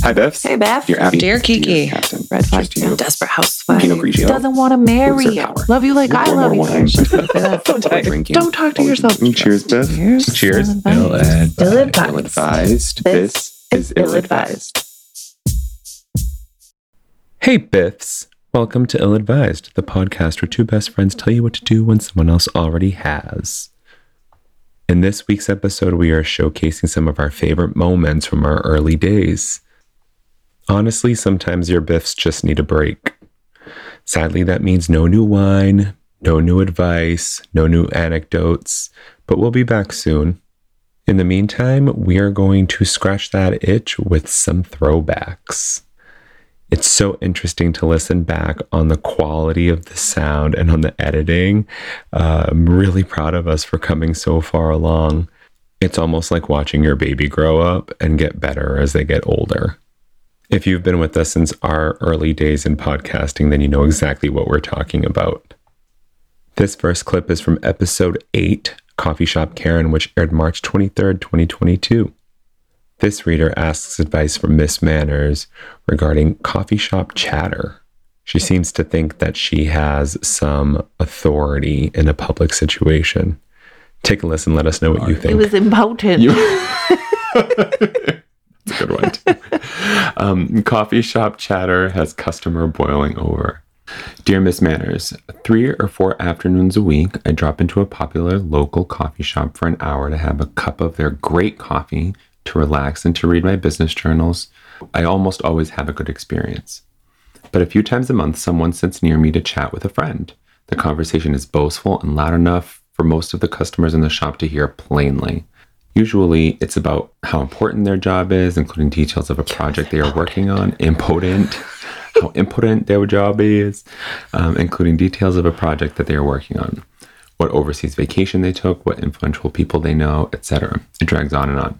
Hi, Bevs. Hey, Beth. You're Abby. Dear Kiki. You're Captain. Red flag. Just you. Desperate housewife. Pinot Grigio. Doesn't want to marry Loser you. power. Love you like I One more love you. wine. Drinking. Don't talk to Always yourself. drinking. Cheers, Beth. Cheers. Cheers. Ill Ill advised. advised. This This is is ill advised. Hey, Biffs. Welcome to Ill Advised, the podcast where two best friends tell you what to do when someone else already has. In this week's episode, we are showcasing some of our favorite moments from our early days. Honestly, sometimes your Biffs just need a break. Sadly, that means no new wine, no new advice, no new anecdotes, but we'll be back soon. In the meantime, we are going to scratch that itch with some throwbacks. It's so interesting to listen back on the quality of the sound and on the editing. Uh, I'm really proud of us for coming so far along. It's almost like watching your baby grow up and get better as they get older. If you've been with us since our early days in podcasting, then you know exactly what we're talking about. This first clip is from episode 8, Coffee Shop Karen, which aired March 23rd, 2022. This reader asks advice from Miss Manners regarding coffee shop chatter. She seems to think that she has some authority in a public situation. Take a listen, let us know what you think. It was important. You- It's a good one. too. um, coffee shop chatter has customer boiling over. Dear Miss Manners, three or four afternoons a week, I drop into a popular local coffee shop for an hour to have a cup of their great coffee, to relax, and to read my business journals. I almost always have a good experience. But a few times a month, someone sits near me to chat with a friend. The conversation is boastful and loud enough for most of the customers in the shop to hear plainly. Usually, it's about how important their job is, including details of a project they are working on, impotent, how impotent their job is, um, including details of a project that they are working on, what overseas vacation they took, what influential people they know, etc. It drags on and on.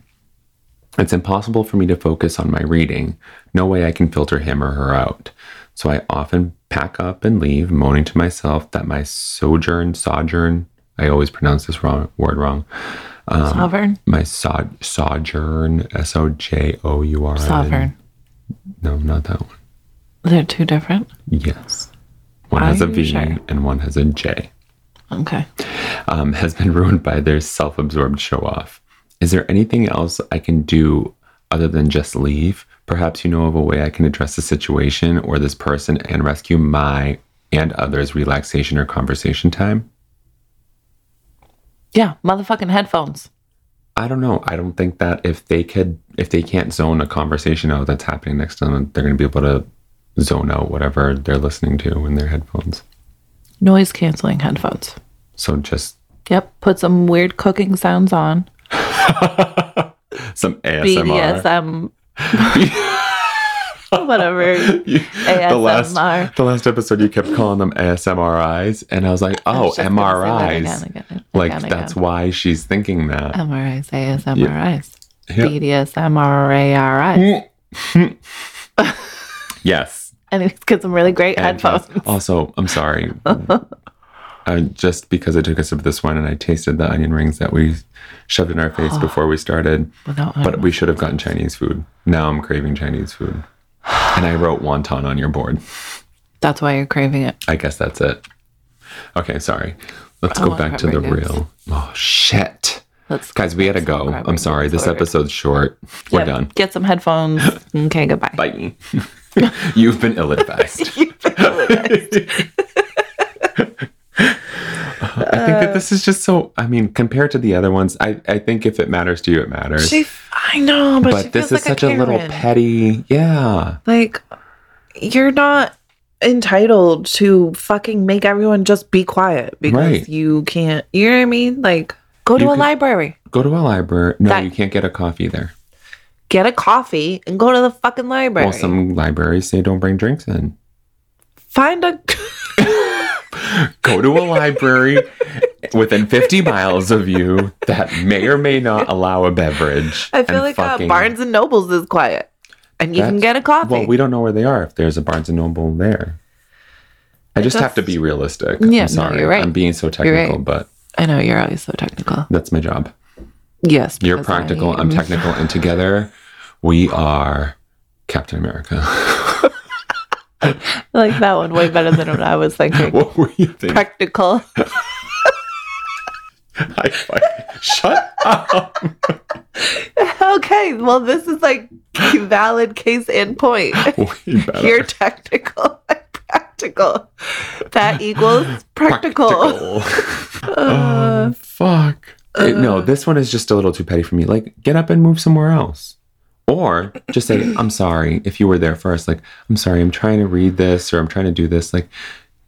It's impossible for me to focus on my reading. No way I can filter him or her out. So I often pack up and leave, moaning to myself that my sojourn, sojourn, I always pronounce this wrong, word wrong. Sovereign. My so, sojourn, S O J O U R. Sovereign. No, not that one. They're two different. Yes. One Are has a you V sure? and one has a J. Okay. um, has been ruined by their self absorbed show off. Is there anything else I can do other than just leave? Perhaps you know of a way I can address the situation or this person and rescue my and others' relaxation or conversation time? Yeah. Motherfucking headphones. I don't know. I don't think that if they could, if they can't zone a conversation out that's happening next to them, they're going to be able to zone out whatever they're listening to in their headphones. Noise canceling headphones. So just Yep. Put some weird cooking sounds on. some ASMR. BDSM. Whatever. You- The ASMR. last, the last episode, you kept calling them ASMRIs, and I was like, I "Oh, was just gonna say that again, MRIs." again, again, Like again. that's why she's thinking that. MRIs, ASMRIs, Yeah. BDSMRARIs. Yes. And he's got some really great And uh, headphones. yes. Also, I'm sorry. I, just because I took a sip of this one and I tasted the onion rings that we shoved in our Ah. face before we started, Without but we should have gotten Chinese food. Now I'm craving Chinese food, and I wrote wonton on your board. That's why you're craving it. I guess that's it. Okay, sorry. Let's Oh, I go want back to the pepper noodles. real. Oh shit. Let's Guys, we had to That's not go. grabbing I'm sorry. this This order. episode's short. We're Yep, done. Get some headphones. okay, goodbye. Bye. You've been ill advised. I think that this is just so. I mean, compared to the other ones, I, I think if it matters to you, it matters. She, I know, but, she but this feels is like such a, little Karen. petty. Yeah. Like, you're not entitled to fucking make everyone just be quiet because Right. you can't. You know what I mean? Like, go to You a could- library, Go to a library. No, That- you can't get a coffee there. get a coffee, and go to the fucking library. Well, some libraries say don't bring drinks in. Find a. Go to a library within 50 miles of you that may or may not allow a beverage. I feel and like uh, fucking- Barnes and Nobles is quiet, and you can That's- get a coffee. Well, we don't know where they are if there's a Barnes and Noble there. I just have to be realistic. Yeah, no, I'm sorry. you're right. I'm being so right. technical, but I know you're always so technical. that's my job. Yes, You're because I practical, I am- am technical, and together we are Captain America. I like that one way better than what I was thinking. what were you thinking? Practical. I fucking- Shut up. okay, well, this is like valid case in point. Way better. You're technical. I'm practical. That equals practical. Practical. Um, fuck. It- no, this one is just a little too petty for me. Like, get up and move somewhere else. Or just say, I'm sorry if you were there first. Like, I'm sorry, I'm trying to read this or I'm trying to do this. Like,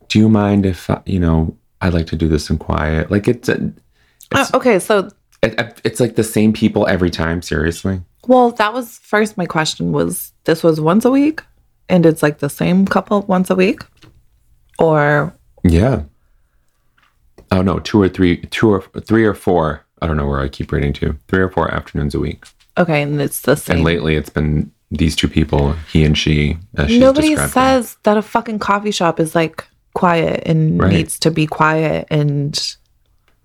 do you mind if, I, you know, I'd like to do this in quiet? Like, it's, a, Uh, okay, so it, it's like the same people every time, seriously. well, that was first. My question was: this was once a week, and it's like the same couple once a week, or Yeah. Oh no, two or three, two or three or four. I don't know where I keep reading to. Three or four afternoons a week. okay, and it's the And same. lately, it's been these two people, he and she. As she's Nobody described them. says that a fucking coffee shop is like quiet and Right. needs to be quiet and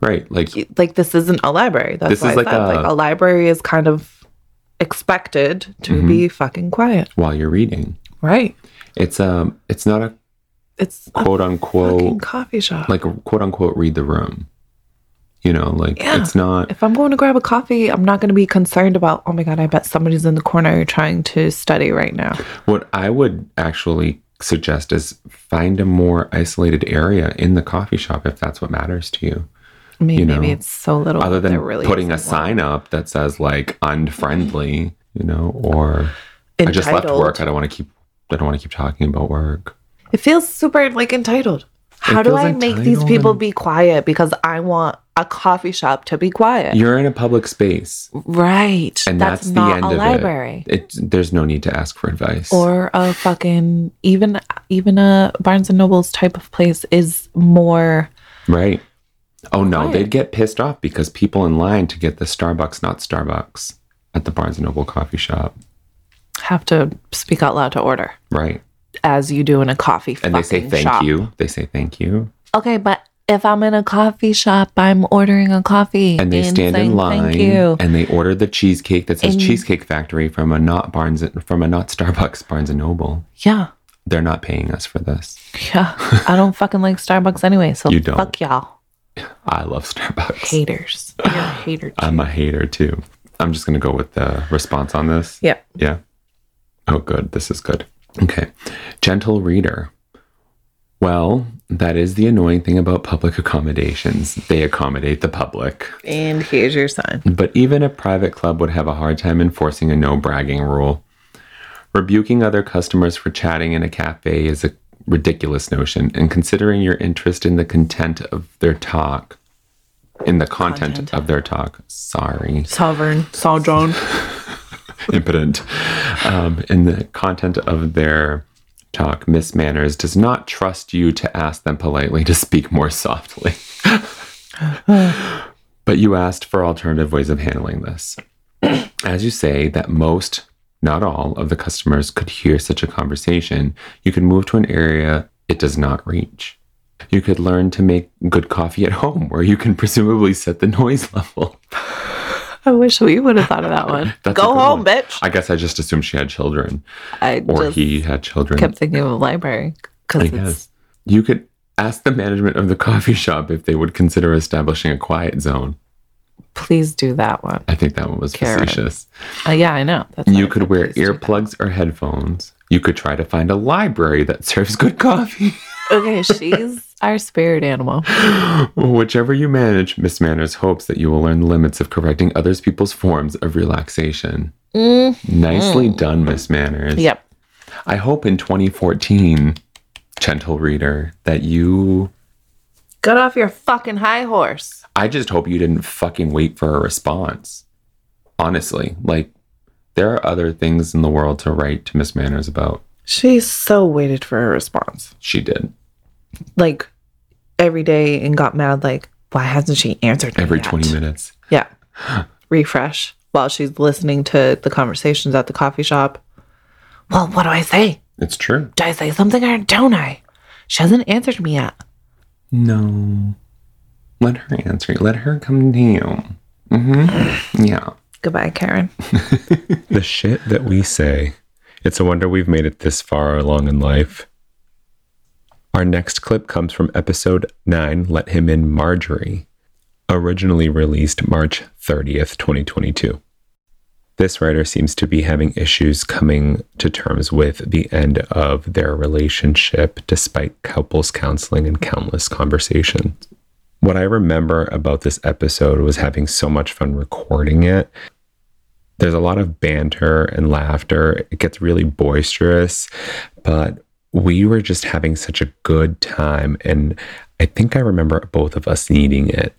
right. Like like this isn't a library. That's This why is I like said a- like a library is kind of expected to Mm-hmm. be fucking quiet, while you're reading, right? it's um, it's not a It's a quote fucking unquote coffee shop. like a quote unquote read the room. You know, like Yeah. it's not if I'm going to grab a coffee, I'm not going to be concerned about, oh my God, I bet somebody's in the corner trying to study right now. what I would actually suggest is find a more isolated area in the coffee shop if that's what matters to you. I mean, You know, maybe it's so little. other than there putting a isn't one. sign up that says like unfriendly, you know, or I just left Entitled. work. I don't want to keep. I don't want to keep talking about work. It feels super like entitled. How do feels I make these entitled people and- be quiet? Because I want a coffee shop to be quiet. You're in a public space, right. and that's, that's, the not end a of library. it. It there's no need to ask for advice. Or a fucking even even a Barnes and Noble's type of place is more right? Oh no, Quiet. they'd get pissed off because people in line to get the Starbucks, not Starbucks, at the Barnes and Noble coffee shop, have to speak out loud to order right? as you do in a coffee. And they say fucking thank shop. you. They say thank you, Okay, but if I'm in a coffee shop, I'm ordering a coffee. and they stand in saying line, Thank you. and they order the cheesecake that says And- Cheesecake Factory from a not Barnes from a not Starbucks Barnes and Noble. Yeah. They're not paying us for this. Yeah. I don't fucking like Starbucks anyway. So You don't. fuck y'all. I love Starbucks. Haters. You're a hater. I'm a hater too. I'm just going to go with the response on this. yeah. Yeah. Oh, good. This is good. Okay. Gentle reader. Well, that is the annoying thing about public accommodations. They accommodate the public. And here's your sign. But even a private club would have a hard time enforcing a no bragging rule. Rebuking other customers for chatting in a cafe is a ridiculous notion, and considering your interest in the content of their talk, in the content, of their talk, sorry, Sovereign. Sojourn. impotent, um, in the content of their talk, Miss Manners does not trust you to ask them politely to speak more softly. but you asked for alternative ways of handling this. As you say, that most, not all, of the customers could hear such a conversation, you could move to an area it does not reach. You could learn to make good coffee at home, where you can presumably set the noise level. I wish we would have thought of that one. That's a Go good home, one. bitch. I guess I just assumed she had children. I or just he had children. kept thinking of a library because I guess. it's You could ask the management of the coffee shop if they would consider establishing a quiet zone. please do that one. I think that one was Karen. facetious. Uh, yeah, I know. That's You what I could said, wear please do that. earplugs or headphones. You could try to find a library that serves good coffee. Okay, she's our spirit animal. Whichever you manage, Miss Manners hopes that you will learn the limits of correcting others people's forms of relaxation. Mm-hmm. Nicely done, Miss Manners. Yep. I hope in 2014, gentle reader, that you Get off your fucking high horse. I just hope you didn't fucking wait for a response. Honestly, like there are other things in the world to write to Miss Manners about. She so waited for a response. She did Like every day and got mad, like, why hasn't she answered me every yet? 20 minutes. Yeah. Refresh while she's listening to the conversations at the coffee shop. Well, what do I say? It's true. Do I say something or don't I? She hasn't answered me yet. No. Let her answer. Let her come to you. hmm Yeah. Goodbye, Karen. The shit that we say. It's a wonder we've made it this far along in life. Our next clip comes from episode 9 Let Him In Marjorie, originally released March 30th, 2022. This writer seems to be having issues coming to terms with the end of their relationship despite couples counseling and countless conversations. What I remember about this episode was having so much fun recording it there's a lot of banter and laughter. It gets really boisterous, but we were just having such a good time. And I think I remember both of us needing it.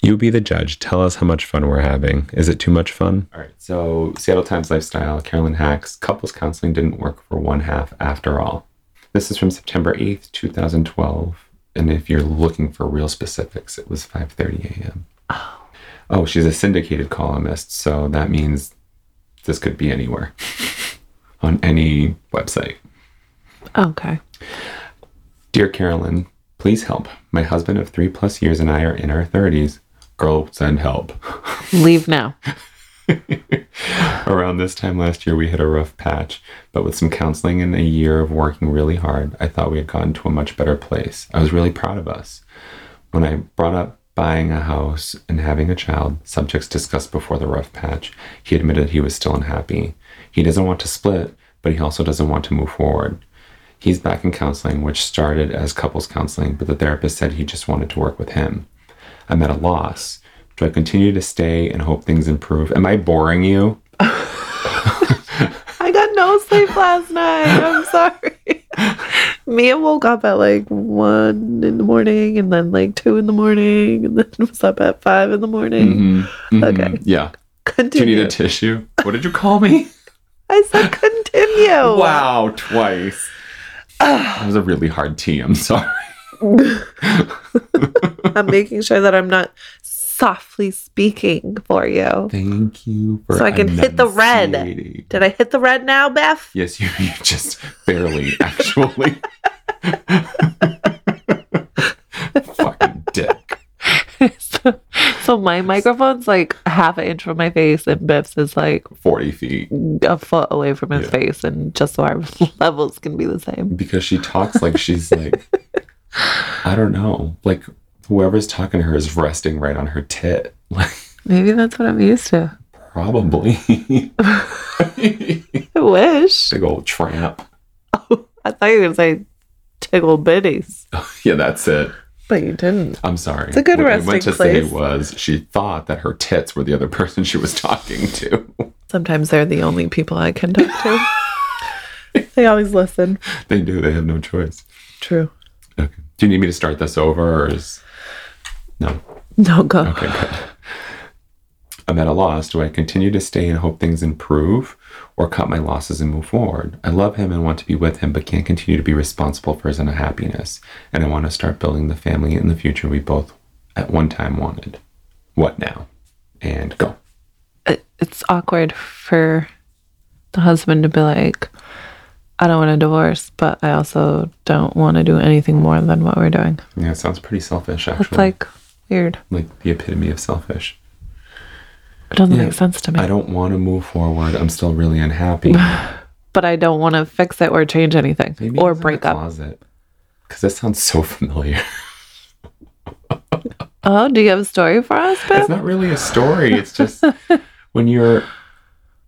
You be the judge. Tell us how much fun we're having. Is it too much fun? All right. So Seattle Times Lifestyle, Carolyn Hacks, couples counseling didn't work for one half after all. This is from September 8th, 2012. And if you're looking for real specifics, it was 5.30 a.m. Oh, she's a syndicated columnist, so that means this could be anywhere on any website. Okay. Dear Carolyn, please help. My husband of three plus years and I are in our 30s. Girl, send help. Leave now. Around this time last year, we hit a rough patch, but with some counseling and a year of working really hard, I thought we had gotten to a much better place. I was really proud of us. When I brought up buying a house and having a child, subjects discussed before the rough patch, he admitted he was still unhappy. He doesn't want to split, but he also doesn't want to move forward. He's back in counseling, which started as couples counseling, but the therapist said he just wanted to work with him. I'm at a loss. Do I continue to stay and hope things improve? Am I boring you? I got no sleep last night. I'm sorry. Mia woke up at like one in the morning and then like two in the morning and then was up at five in the morning. Mm-hmm. Mm-hmm. Okay. Yeah. Do you Continue. need a tissue? What did you call me? I said continue. Wow, twice. that was a really hard T. I'm sorry. I'm making sure that I'm not softly speaking for you. Thank you for So I can hit the red. enunciating. Did I hit the red now, Beth? Yes, you, you just barely actually. Fucking dick. so, so my microphone's like half an inch from my face, and Biff's is like Forty feet. a foot away from his Yeah. face, and just so our levels can be the same. Because she talks like she's like I don't know. Like whoever's talking to her is resting right on her tit. Like Maybe that's what I'm used to. probably. I wish. Big old tramp. I thought you were gonna say tickle bitties, Yeah, that's it. but you didn't. I'm sorry. It's a good what I resting meant to place. say was she thought that her tits were the other person she was talking to. Sometimes they're the only people I can talk to. they always listen. they do. They have no choice. True. Okay. Do you need me to start this over or is no? No go. Okay, good. I'm at a loss. Do I continue to stay and hope things improve or cut my losses and move forward? I love him and want to be with him, but can't continue to be responsible for his unhappiness. And I want to start building the family in the future we both at one time wanted. What now? And go. it, it's awkward for the husband to be like, I don't want a divorce, but I also don't want to do anything more than what we're doing. Yeah, it sounds pretty selfish, It's actually. like weird. like the epitome of selfish. It doesn't Yeah. make sense to me. I don't want to move forward. I'm still really unhappy. but I don't want to fix it or change anything Maybe or he's in the break up. Closet. Because that sounds so familiar. Oh, do you have a story for us, it's Biff? not really a story. It's just when you're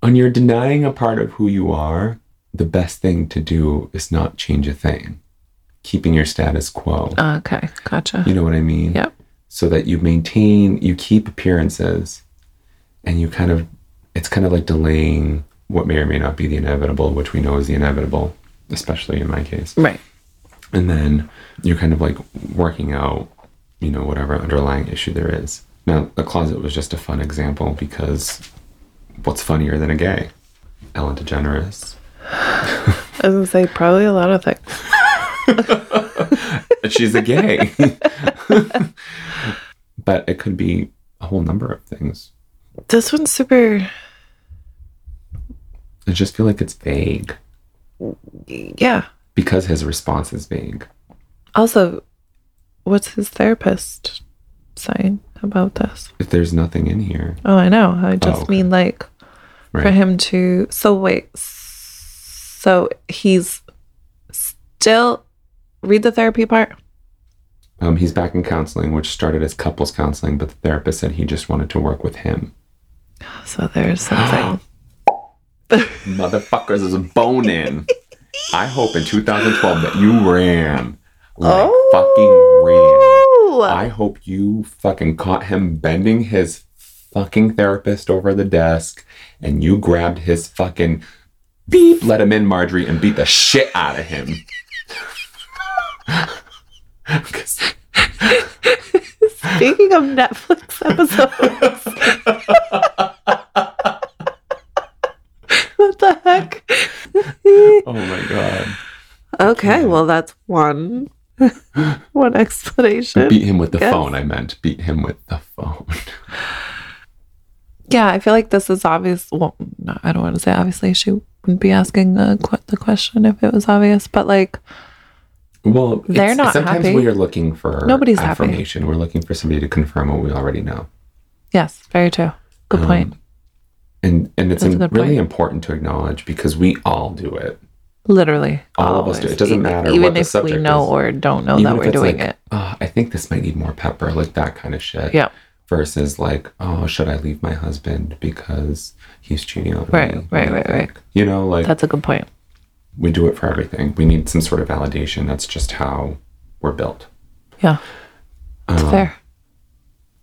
when you're denying a part of who you are, the best thing to do is not change a thing. Keeping your status quo. okay, gotcha. You know what I mean? Yep. So that you maintain, you keep appearances, and you kind of, it's kind of like delaying what may or may not be the inevitable, which we know is the inevitable, especially in my case. Right. And then you're kind of like working out, you know, whatever underlying issue there is. Now, the closet was just a fun example because what's funnier than a gay? Ellen DeGeneres. I was gonna say probably a lot of things. she's a gay. but it could be a whole number of things. This one's super. I just feel like it's vague Yeah. because his response is vague. Also, what's his therapist saying about this? If there's nothing in here, Oh, I know. I just okay. mean like for Right. him to. So wait. s- So he's still read the therapy part. Um, he's back in counseling, which started as couples counseling, but the therapist said he just wanted to work with him. So there's something. Motherfuckers is bone in. I hope in 2012 that you ran. Oh. Like fucking ran. I hope you fucking caught him bending his fucking therapist over the desk and you grabbed his fucking beep, let him in, Marjorie, and beat the shit out of him. 'Cause- Speaking of Netflix episodes. what the heck? oh my God. Okay, well that's one one explanation. Beat him with the Yes. phone, I meant. Beat him with the phone. Yeah, I feel like this is obvious. Well, no, I don't want to say obviously. She wouldn't be asking the, que- the question if it was obvious, but like, Well, They're it's- not sometimes happy. we are looking for Nobody's happy. affirmation. We're looking for somebody to confirm what we already know. yes, very true. Good point. Um, and and it's That's a im- good really point. important to acknowledge because we all do it. Literally, all of us do. always. It doesn't E- matter even what the if we subject know is. or don't know Even that if we're it's doing like, it. "Oh, I think this might need more pepper, like that kind of shit. Yeah, Versus like, oh, should I leave my husband because he's cheating on Right, me? right, What do you right, right. think?" You know, like that's a good point. we do it for everything. We need some sort of validation. That's just how we're built. Um, Yeah, that's fair.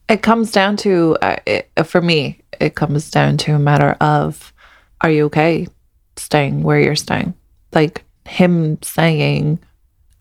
It comes down to uh, it, for me. It comes down to a matter of, are you okay staying where you're staying? Like him saying,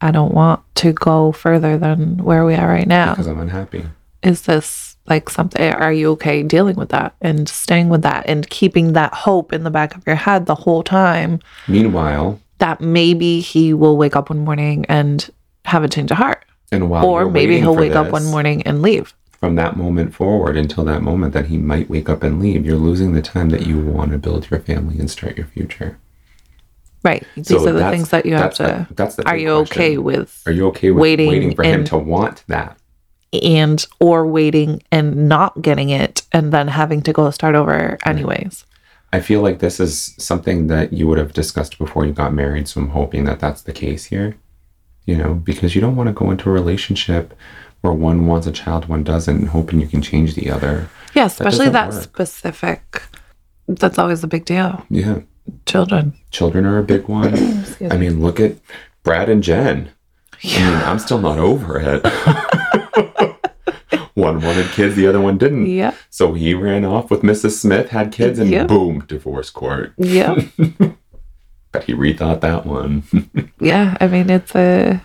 "I don't want to go further than where we are right now." Because I'm unhappy. is this like something are you okay dealing with that and staying with that and keeping that hope in the back of your head the whole time Meanwhile, that maybe he will wake up one morning and have a change of heart and while or Oh, you're maybe waiting he'll for wake up one this, morning and leave from that moment forward until that moment that he might wake up and leave, you're losing the time that you want to build your family and start your future. right these So are the that's- things that you have that's the- to that's the are big you question. okay with Are you okay with Waiting waiting, for him and- to want that? and or waiting and not getting it and then having to go start over anyways I feel like this is something that you would have discussed before you got married. So I'm hoping that that's the case here. You know, because you don't want to go into a relationship where one wants a child, one doesn't, and hoping you can change the other. yeah especially doesn't that, work. specific that's always a big deal Yeah. children Children are a big one. Excuse I mean, look at Brad and Jen. I mean, I'm still not over it. one wanted kids, the other one didn't. yeah So he ran off with Mrs. Smith, had kids, and Yep. boom, divorce court. yeah But he rethought that one. yeah, I mean, it's a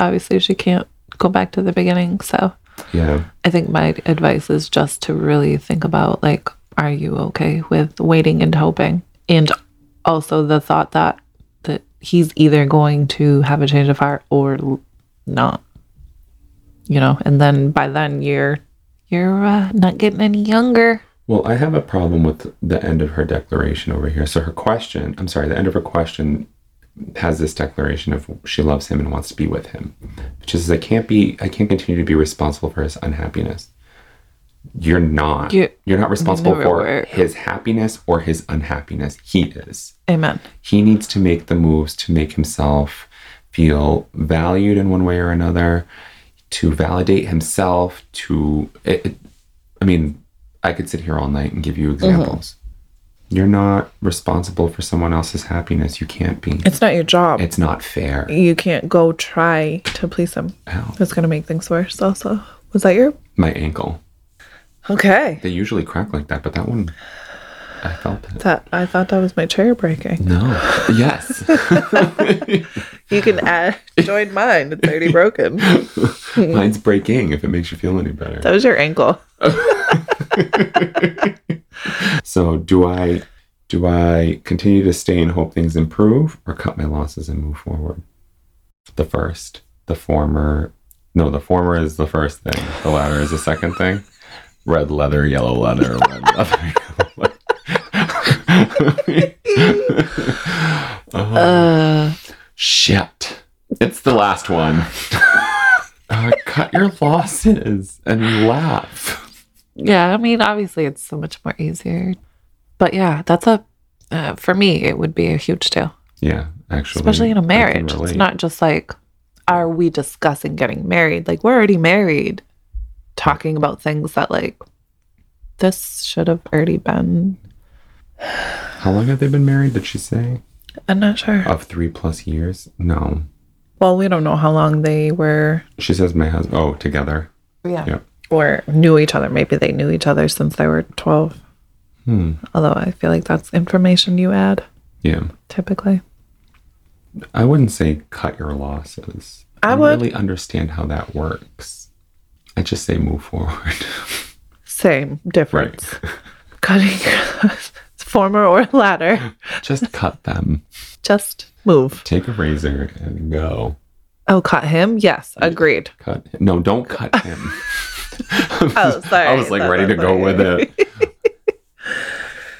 obviously she can't go back to the beginning. So yeah. I think my advice is just to really think about like, are you okay with waiting and hoping? And also the thought that that he's either going to have a change of heart or l- not. You know, and then by then you're you're uh, not getting any younger. Well, I have a problem with the end of her declaration over here. So her question, I'm sorry, the end of her question has this declaration of she loves him and wants to be with him. But she says, I can't be I can't continue to be responsible for his unhappiness. You're not. You- You're not responsible Never for were. his happiness or his unhappiness. He is. Amen. he needs to make the moves to make himself feel valued in one way or another to validate himself to it, it- i mean i could sit here all night and give you examples you're not responsible for someone else's happiness you can't be It's not your job. it's not fair you can't go try to please him. Ow, That's gonna make things worse. Also, was that your my ankle okay? they usually crack like that but that one i felt it That I thought that was my chair breaking. no yes You can add join mine. It's already broken. That mine's breaking if it makes you feel any better was your ankle. So do I do I continue to stay and hope things improve or cut my losses and move forward? The first, the former no, the former is the first thing. The latter is the second thing. Red leather, yellow leather, red leather, yellow leather. oh, Uh, shit. It's the last one. Uh, cut your losses and laugh. yeah. I mean, obviously, it's so much more easier. But yeah, that's a uh, for me. It would be a huge deal. Yeah, actually. especially in I a can marriage. It's relate. not just like, are we discussing getting married? Like, we're already married, talking about things that, like, this should have already been. How long have they been married? Did she say? I'm not sure. Of three plus years? No. Well, we don't know how long they were She says my husband. Oh, together. yeah. Yeah. or knew each other. Maybe they knew each other since they were 12. Hmm. Although I feel like that's information you add Yeah. typically. I wouldn't say cut your losses. I would. really understand how that works. I just say move forward. Same right. difference. Cutting former or latter. just cut them. Just move. Take a razor and go. Oh, cut him? Yes, agreed. Cut. No, don't cut him. Oh, sorry. I was like That ready to go like- with it.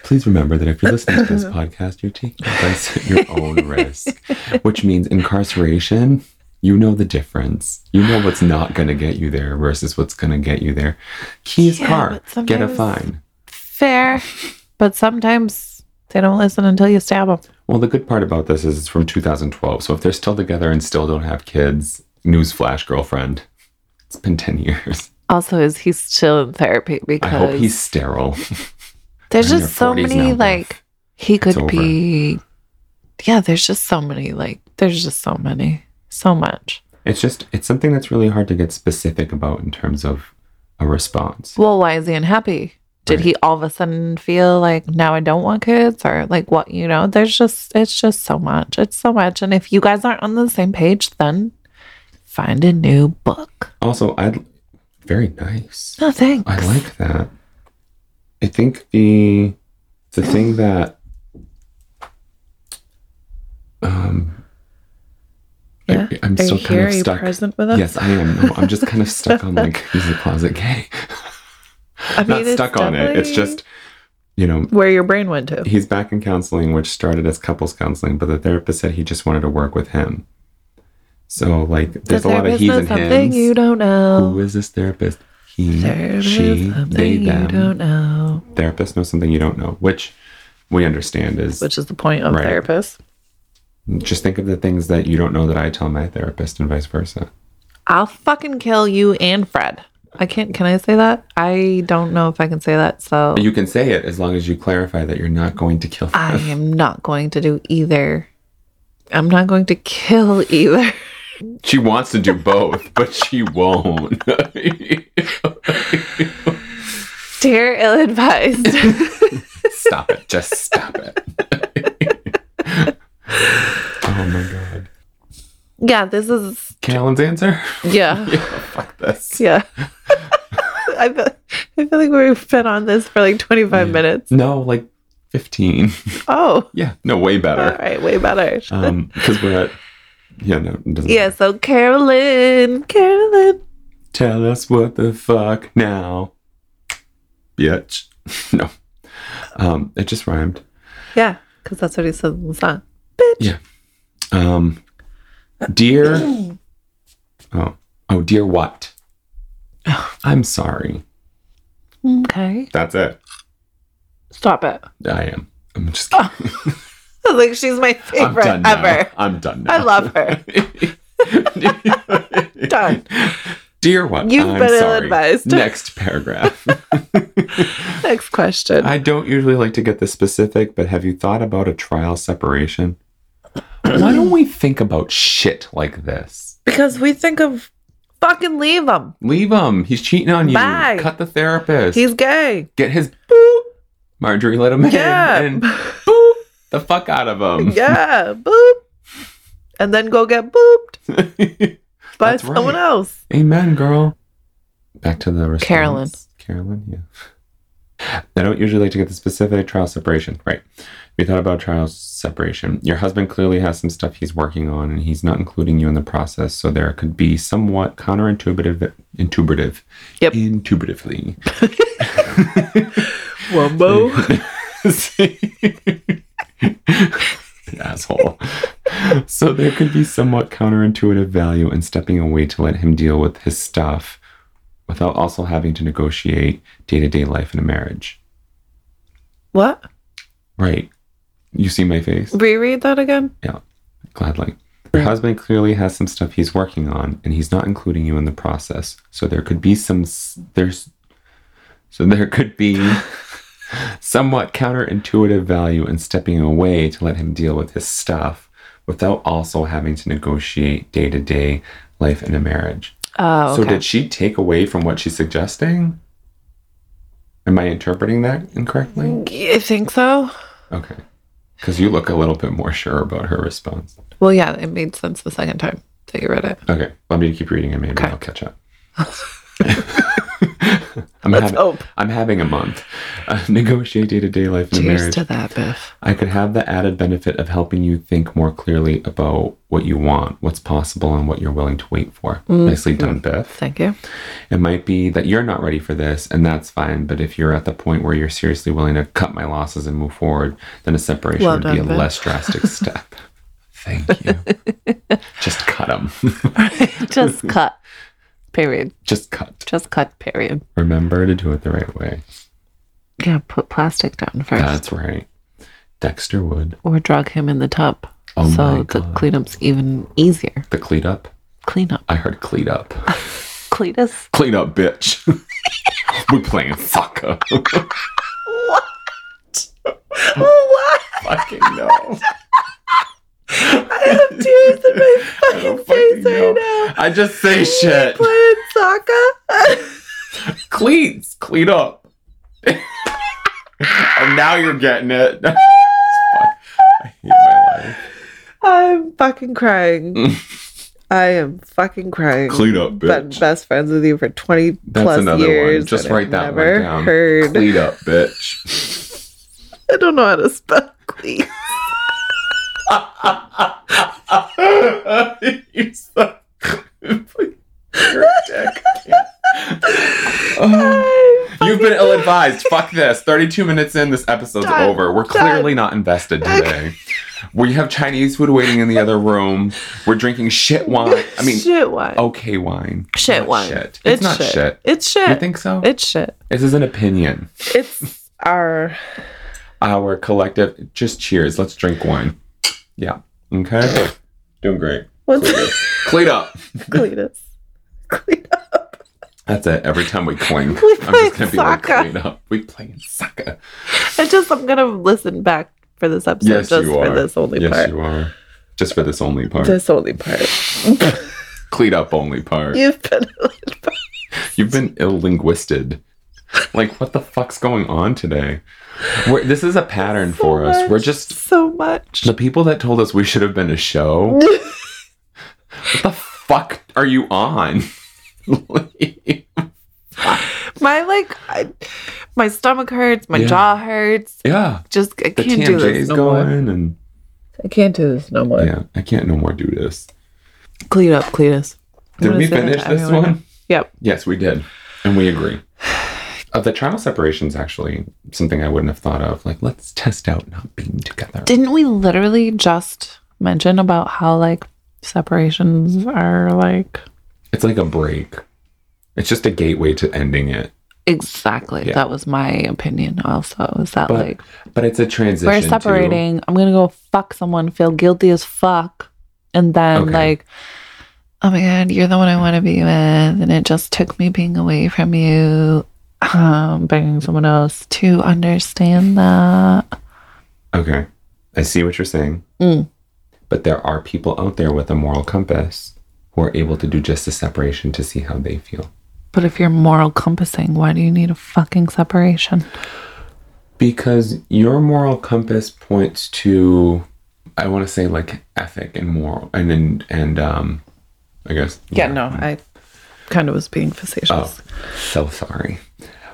Please remember that if you're listening to this podcast, you're taking advice at your own risk, which means incarceration. You know the difference. You know what's not going to get you there versus what's going to get you there. Keys Yeah, car, but get a sometimes- fine. Fair. But sometimes they don't listen until you stab them. Well, the good part about this is it's from 2012. So if they're still together and still don't have kids, newsflash, girlfriend. It's been 10 years. Also, is he still in therapy? I Because hope he's sterile. There's They're in just their so 40s many now, like he could over. be Yeah, there's just so many like there's just so many. So much. It's just it's something that's really hard to get specific about in terms of a response. Well, why is he unhappy? Did Right. he all of a sudden feel like now I don't want kids or like what you know? There's just it's just so much. It's so much. And if you guys aren't on the same page, then find a new book. Also, I'd very nice. No thanks. I like that. I think the the thing that um Yeah? I, am Are still you kind here? of Are you stuck. present with us? Yes, I am. No, I'm just kind of stuck on like he's a closet gay. I Not it's stuck on it. It's definitely just you know, where your brain went to. he's back in counseling, which started as couples counseling, but the therapist said he just wanted to work with him. So like, there's a lot of therapist he's knows and something hims. you don't know. Who is this therapist? He, There is she, they, something you don't them. know, Therapist knows something you don't know, which we understand is which is the point of Right. therapists. just think of the things that you don't know that I tell my therapist and vice versa. I'll fucking kill you and Fred. I can't. Can I say that? I don't know if I can say that. So You can say it as long as you clarify that you're not going to kill I am not going to do either. I'm not going to kill either. She wants to do both, but she won't. Dear ill advised. stop it. Just stop it. oh my god. yeah, this is. Carolyn's answer? Yeah. Fuck this. Yeah. I, feel, I feel like we've been on this for like 25 minutes. No, like 15. Oh. yeah. No, way All better. right. Way better. Um, because we're at yeah, no, it doesn't yeah. So, Carolyn, Carolyn. Tell us what the fuck now. Bitch. no. Um, it just rhymed. Yeah, because that's what he said in the song. Um Dear Oh. Oh, dear what? I'm sorry. Okay. That's it. Stop it. I am. I'm just kidding. Oh, I was like, she's my I'm favorite done ever. now. I'm done now. I love her. Done. Dear what? You've I'm been sorry. ill-advised. Next paragraph. Next question. I don't usually like to get this specific, but have you thought about a trial separation? Why don't we think about shit like this? because we think of fucking leave him. Leave him. He's cheating on you. Bye. Cut the therapist. He's gay. Get his boop. Marjorie let him Yeah. in. And boop the fuck out of him. Yeah. Boop. And then go get booped by That's right. someone else. Amen, girl. Back to the response. Carolyn. Carolyn, yeah. I don't usually like to get the specific trial separation. Right. We thought about trial separation. Your husband clearly has some stuff he's working on and he's not including you in the process. So there could be somewhat counterintuitive intuitive. Yep. Intuitively. Wumbo. Asshole. so there could be somewhat counterintuitive value in stepping away to let him deal with his stuff without also having to negotiate day to day life in a marriage. what? Right. You see my face? Reread that again. Yeah, gladly. Your husband clearly has some stuff he's working on, and he's not including you in the process. So there could be some s- there's so there could be somewhat counterintuitive value in stepping away to let him deal with his stuff without also having to negotiate day-to-day life in a marriage. Oh, So did she take away from what she's suggesting? Am I interpreting that incorrectly? I think so. Okay. Cuz you look a little bit more sure about her response. Well, yeah, it made sense the second time that you read it. Okay, let me keep reading and maybe Okay. I'll catch up. I'm, Let's oh, having, hope. I'm having a month. Uh, negotiate day to day life in a Cheers marriage. to that, Biff. I could have the added benefit of helping you think more clearly about what you want, what's possible, and what you're willing to wait for. Mm-hmm. Nicely done, Beth. Thank you. It might be that you're not ready for this, and that's fine. But if you're at the point where you're seriously willing to cut my losses and move forward, then a separation Well would done, be a Beth. less drastic step. Thank you. Just cut them. Just cut. Period. Just cut. Just cut. Period. Remember to do it the right way. Yeah, put plastic down first, That's right. Dexter Wood, or drug him in the tub, Oh so my the God. cleanup's even easier. the cleat up. Cleanup, I heard cleat up. Cletus. clean up, bitch. we playing soccer. What? what? fucking no. I have tears in my I don't fucking know. I just say shit. Playing soccer. Cleats, clean up. and now you're getting it. Fuck. I hate my life. I'm fucking crying. I am fucking crying. Clean up, Been bitch. best friends with you for 20 That's plus another years. one. Just and write I've that never one down. Heard. Clean up, bitch. I don't know how to spell clean. you suck. You're a dick. You've been ill advised. Fuck this. 32 minutes in, this episode's Done. over. We're Done. clearly not invested today. we have Chinese food waiting in the other room. We're drinking shit wine. I mean, shit wine. okay wine. shit Not wine. shit. It's, not shit. It's shit. You think so? it's shit. this is an opinion. It's our. Our collective. Just cheers. Let's drink wine. Yeah. Okay. Doing great. What's Clean up. Cletus? Cletus. That's it. Every time we clink, We I'm just play gonna be like, soccer. clean up. We playing soccer. I just. I'm gonna listen back for this episode Yes, just you for are. this only yes, part. you are. Just for this only part. This only part. clean up only part. You've been. You've been ill-linguisted. Like, what the fuck's going on today? We're, this is a pattern So for us. We're much. just so much. the people that told us we should have been a show. what the fuck are you on? My like, I, my stomach hurts. My Yeah. jaw hurts. yeah, Just I the can't do TMJ this is no more. going, and I can't do this no more. yeah, I can't no more do this. Clean up, Cletus. I'm Did gonna we say that finish to this everyone. one? Yep. Yes, we did. And we agree. Of the trial separations, actually, something I wouldn't have thought of. Like, let's test out not being together. Didn't we literally just mention about how like separations are like It's like a break, it's just a gateway to ending it. exactly? Yeah. That was my opinion. Also, is that But, like but it's a transition. we're to- separating? I'm gonna go fuck someone, feel guilty as fuck, and then Okay. like. Oh my god, you're the one I want to be with, and it just took me being away from you, um, begging someone else to understand that. okay. I see what you're saying. Mm. But there are people out there with a moral compass who are able to do just a separation to see how they feel. But if you're moral compassing, why do you need a fucking separation? Because your moral compass points to, I want to say, like ethic and moral, and and, and um, I guess Yeah, no, I kind of was being facetious. Oh, so sorry.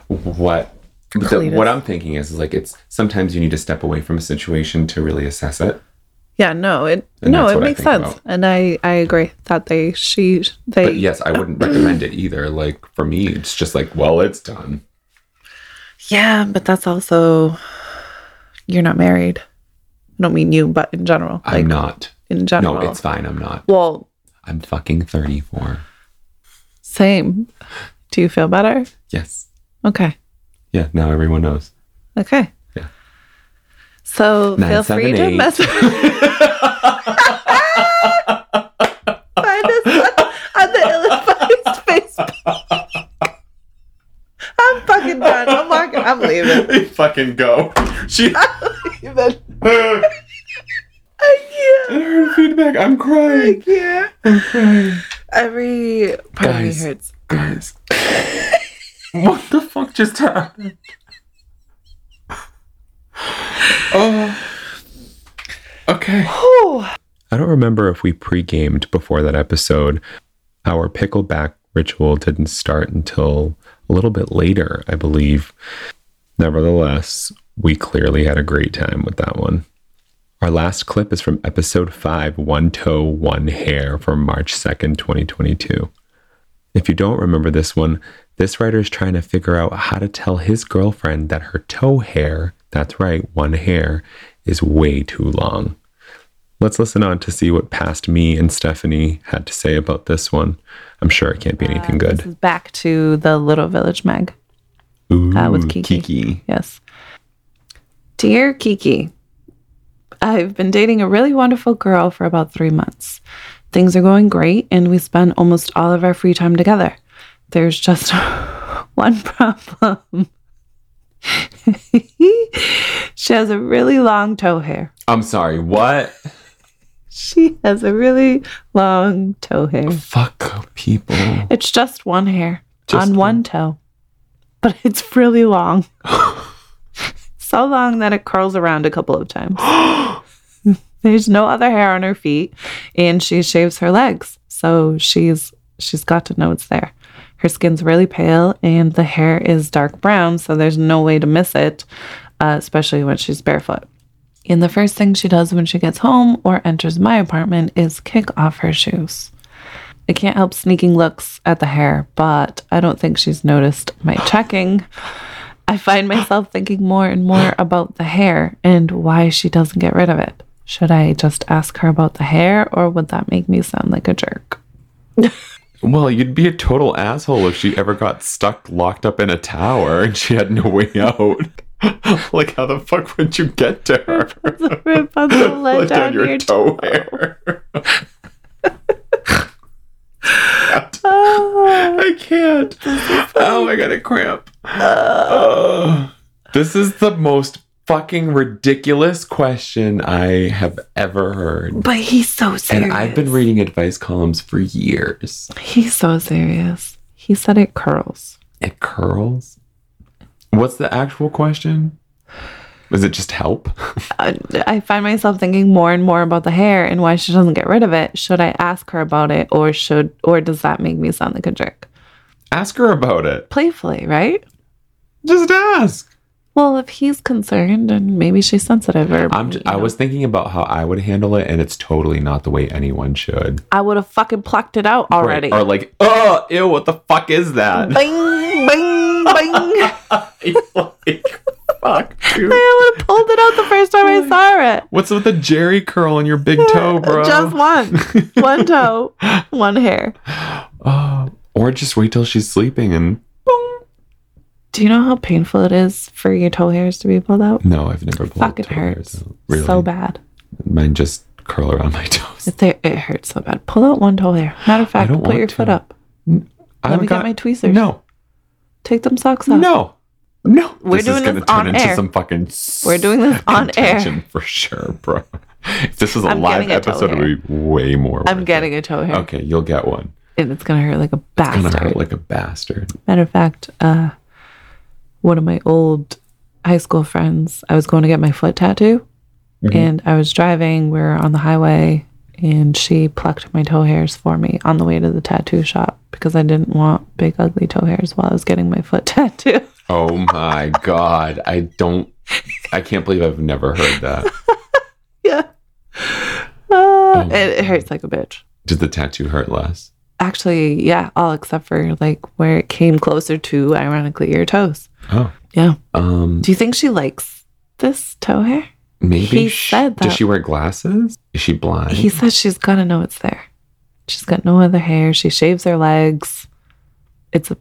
What the, Cletus. what I'm thinking is, is like it's sometimes you need to step away from a situation to really assess it. Yeah, no, it And no, that's it what I makes think sense, about. and I I agree that they she they But yes, I wouldn't recommend it either. Like for me, it's just like, well, it's done. yeah, but that's also you're not married. I don't mean you, but in general, like I'm not. in general. No, it's fine. I'm not. well, I'm fucking 34. same. Do you feel better? Yes. Okay, Yeah. Now everyone knows. okay. Yeah. So feel free to 978. message. Find us on, on the ill-advised Facebook. I'm fucking done. I'm walking. I'm leaving. fucking go. She Leaving. her I can't. feedback. I'm I crying. can't. I'm crying. Every part of me Guys. hurts. Guys. what the fuck just happened? Oh. Okay. Whew. I don't remember if we pre-gamed before that episode. Our pickleback ritual didn't start until a little bit later, I believe. Nevertheless, we clearly had a great time with that one. Our last clip is from episode 5, One Toe, One Hair, from March 2nd, 2022. If you don't remember this one, this writer is trying to figure out how to tell his girlfriend that her toe hair, that's right, one hair, is way too long. Let's listen on to see what past me and Stephanie had to say about this one. I'm sure it can't be anything good. This is back to the Little Village Mag. Ooh, Uh, with Kiki. Yes. Dear Kiki, I've been dating a really wonderful girl for about three months. Things are going great, and we spend almost all of our free time together. There's just one problem. she has a really long toe hair. I'm sorry. What? She has a really long toe hair. Fuck people. It's just one hair Just on one toe, but it's really long. so long that it curls around a couple of times. There's no other hair on her feet, and she shaves her legs, so she's she's got to know it's there. Her skin's really pale, and the hair is dark brown, so there's no way to miss it, uh, especially when she's barefoot. And the first thing she does when she gets home or enters my apartment is kick off her shoes. I can't help sneaking looks at the hair, but I don't think she's noticed my checking. I find myself thinking more and more about the hair and why she doesn't get rid of it. Should I just ask her about the hair or would that make me sound like a jerk? Well, you'd be a total asshole if she ever got stuck locked up in a tower and she had no way out. like, how the fuck would you get to her? Rip on the lead Let down your toe. toe hair. I can't. Oh, I got a cramp. Ugh. this is the most fucking ridiculous question I have ever heard. But he's so serious. And I've been reading advice columns for years. He's so serious. He said it curls. It curls. What's the actual question? Is it just help? I, Uh, I find myself thinking more and more about the hair and why she doesn't get rid of it. Should I ask her about it or should or does that make me sound like a jerk? ask her about it. playfully, right? Just ask. Well, if he's concerned and maybe she's sensitive or I'm j- you I know. was thinking about how I would handle it, and it's totally not the way anyone should. I would have fucking plucked it out Right, already. Or like, oh, ew, what the fuck is that? Bing, bing, bing. like, fuck, dude. I would have pulled it out the first time I saw it. What's with the Jerry curl on your big toe, bro? Just one. One toe, one hair. Oh, or just wait till she's sleeping and boom. Do you know how painful it is for your toe hairs to be pulled out? No, I've never pulled Fuck, it toe hairs hurts out. Really? so bad. Mine just curl around my toes. If they, it hurts so bad. Pull out one toe hair. Matter of fact, don't put want your to. foot up. I Let me got- get my tweezers. No, Take them socks off. no, no. We're this doing is gonna this turn on into air. some fucking. We're doing this on air. contention for sure, bro. If this was a I'm live getting a toe episode, it hair. would be way more. worth I'm it. getting a toe hair. Okay, you'll get one. And it's going to hurt like a bastard. Gonna hurt like a bastard. Matter of fact, uh, one of my old high school friends, I was going to get my foot tattoo and I was driving. We were on the highway and she plucked my toe hairs for me on the way to the tattoo shop because I didn't want big, ugly toe hairs while I was getting my foot tattoo. Oh my god, I don't. I can't believe I've never heard that. yeah. Uh, it, it hurts like a bitch. Did the tattoo hurt less? Actually, yeah, all except for like where it came closer to, ironically, your toes. Oh, Yeah. um, Do you think she likes this toe hair? maybe. He sh- said Does that- she wear glasses? Is she blind? He says she's gotta know it's there. She's got no other hair. She shaves her legs. It's a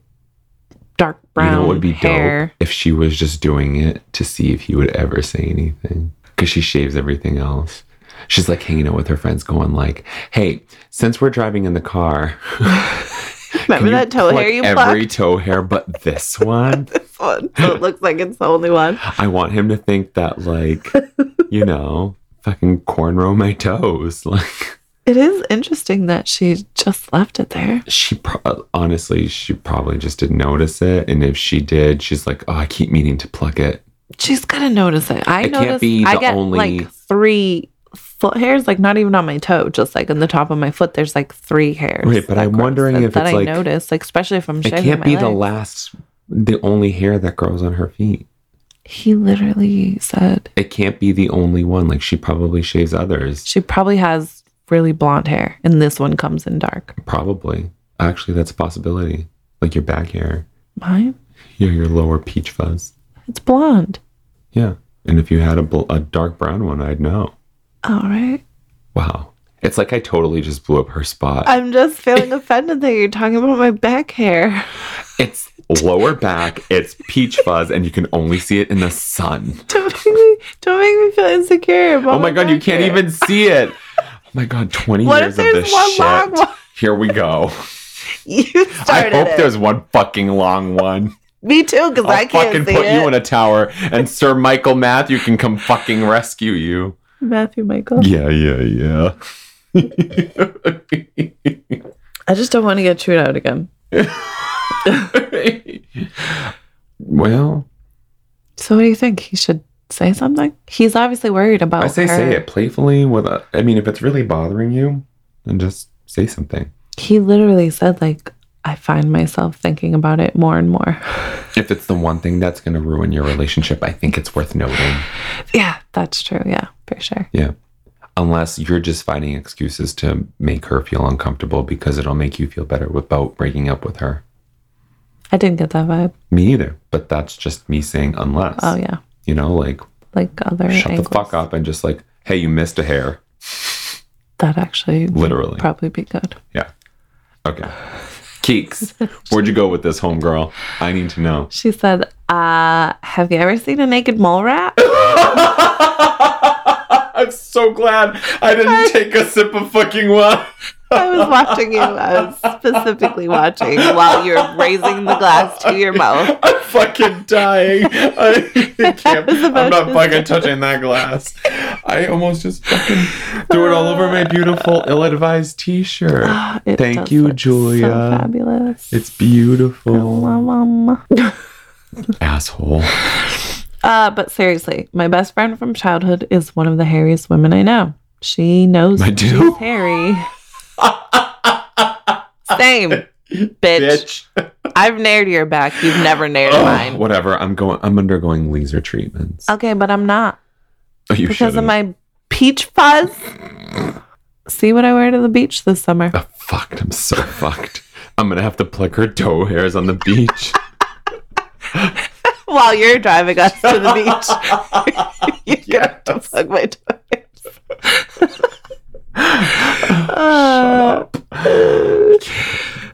dark brown you know, it would be hair. dope if she was just doing it to see if he would ever say anything. because she shaves everything else. She's like hanging out with her friends, going like, "Hey, since we're driving in the car, can Remember you that toe hair pluck you every plucked? toe hair, but this one. This one. So it looks like it's the only one. I want him to think that, like, you know, fucking cornrow my toes. Like, It is interesting that she just left it there. she pro- honestly, she probably just didn't notice it, and if she did, she's like, "Oh, I keep meaning to pluck it." She's gonna notice it. I It can't notice. be I the get only- like three foot hairs, like not even on my toe, just like in the top of my foot. There's like three hairs. Right, but that I'm grows wondering that- if that it's, I like- notice, like especially if I'm It shaving can't my be the legs. last, the only hair that grows on her feet. He literally said It can't be the only one. Like, she probably shaves others. she probably has really blonde hair, and this one comes in dark. Probably. Actually, that's a possibility. Like your back hair, Mine, your, your lower peach fuzz. it's blonde. Yeah. And if you had a, bl- a dark brown one, I'd know. All right. Wow. It's like I totally just blew up her spot. I'm just feeling offended that you're talking about my back hair. it's lower back, it's peach fuzz, and you can only see it in the sun. Don't make me, don't make me feel insecure. About Oh my god, you back can't hair. even see it. Oh my god, 20 What years if there's of this one shit. long one? Here we go. You I started hope it. there's one fucking long one. Me too, because I'll I can't fucking see put it. you in a tower, and Sir Michael Matthew can come fucking rescue you. Matthew Michael. Yeah, yeah, yeah. I just don't want to get chewed out again. well, So what do you think? He should say something? He's obviously worried about I say her. say it playfully. With a, I mean, if it's really bothering you, then just say something. He literally said like I find myself thinking about it more and more. If it's the one thing that's going to ruin your relationship, I think it's worth noting. yeah, that's true. Yeah, for sure. Yeah. Unless you're just finding excuses to make her feel uncomfortable because it'll make you feel better about breaking up with her. I didn't get that vibe. Me either. But that's just me saying unless. Oh yeah. You know, like Like other shut angles. the fuck up and just like, hey, you missed a hair. That actually would Literally. probably be good. Yeah. Okay. Keeks, where'd you go with this homegirl? I need to know. She said, uh, have you ever seen a naked mole rat? I'm so glad I didn't take a sip of fucking wine. I was watching you. I was specifically watching while you were raising the glass to your mouth. I'm fucking dying. I can't. was about I'm not to fucking touching that glass. I almost just fucking threw it all over my beautiful ill-advised t-shirt. It Thank does you, look so Julia. fabulous. It's beautiful. Um, um. Asshole. Uh, but seriously, my best friend from childhood is one of the hairiest women I know. She knows I that do? she's hairy. Same, bitch. Bitch. Oh. I've nared your back. You've never nared Ugh, mine. whatever. I'm going. I'm undergoing laser treatments. Okay, but I'm not Oh, you because of shouldn't. my peach fuzz. See what I wear to the beach this summer. Oh, fucked. I'm so fucked. I'm gonna have to pluck her toe hairs on the beach. while you're driving us to the beach. you're gonna have to plug my tires. Uh,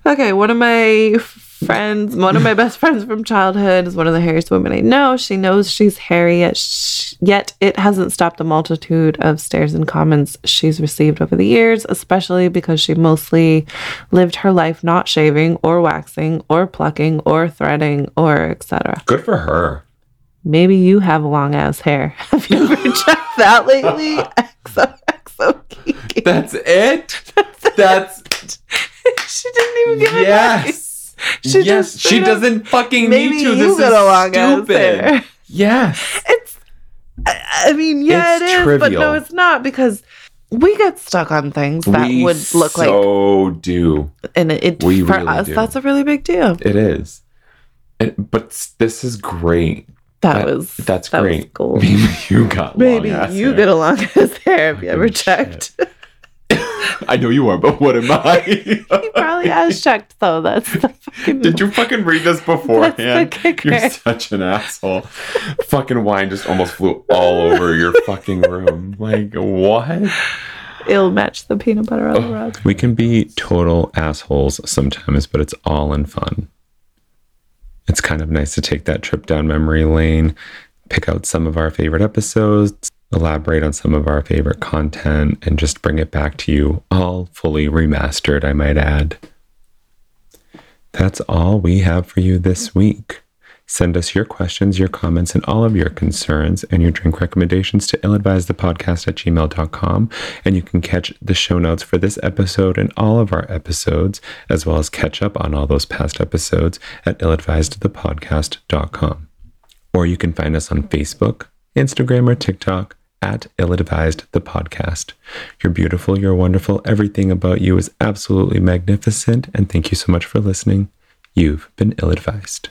okay, one of my friends, one of my best friends from childhood, is one of the hairiest women I know. She knows she's hairy, yet, sh- yet it hasn't stopped the multitude of stares and comments she's received over the years, especially because she mostly lived her life not shaving or waxing or plucking or threading or etc. Good for her. Maybe you have long ass hair. Have you ever checked that lately? XOXO Kiki. That's it. That's She didn't even give it back. yes. She yes, just she straight up- doesn't fucking Maybe need to. you This got a long is ass stupid. hair. Yes. It's. I, I mean, yeah, It's it's but trivial. no, it's not because we get stuck on things that We would look like, so do and it, it- we for really us, do. that's a really big deal. it is, it, but s- this is great. That- That, was that's that great. Was gold. Maybe you got Maybe long ass you hair. get a long ass hair. Have you ever Fucking shit. checked? I know you are, but what am He I? probably has checked though. That's the fucking. Did you fucking read this beforehand? kicker. You're such an asshole. fucking wine just almost flew all over your fucking room. Like what? It'll match the peanut butter Oh. on the rug. We can be total assholes sometimes, but it's all in fun. It's kind of nice to take that trip down memory lane, pick out some of our favorite episodes, elaborate on some of our favorite content, and just bring it back to you all fully remastered, I might add. That's all we have for you this week. Send us your questions, your comments, and all of your concerns and your drink recommendations to illadvisedthepodcast at gmail.com. And you can catch the show notes for this episode and all of our episodes, as well as catch up on all those past episodes at illadvisedthepodcast.com. Or you can find us on Facebook, Instagram, or TikTok at Ill Advised the Podcast. You're beautiful, you're wonderful, everything about you is absolutely magnificent, and thank you so much for listening. You've been ill advised.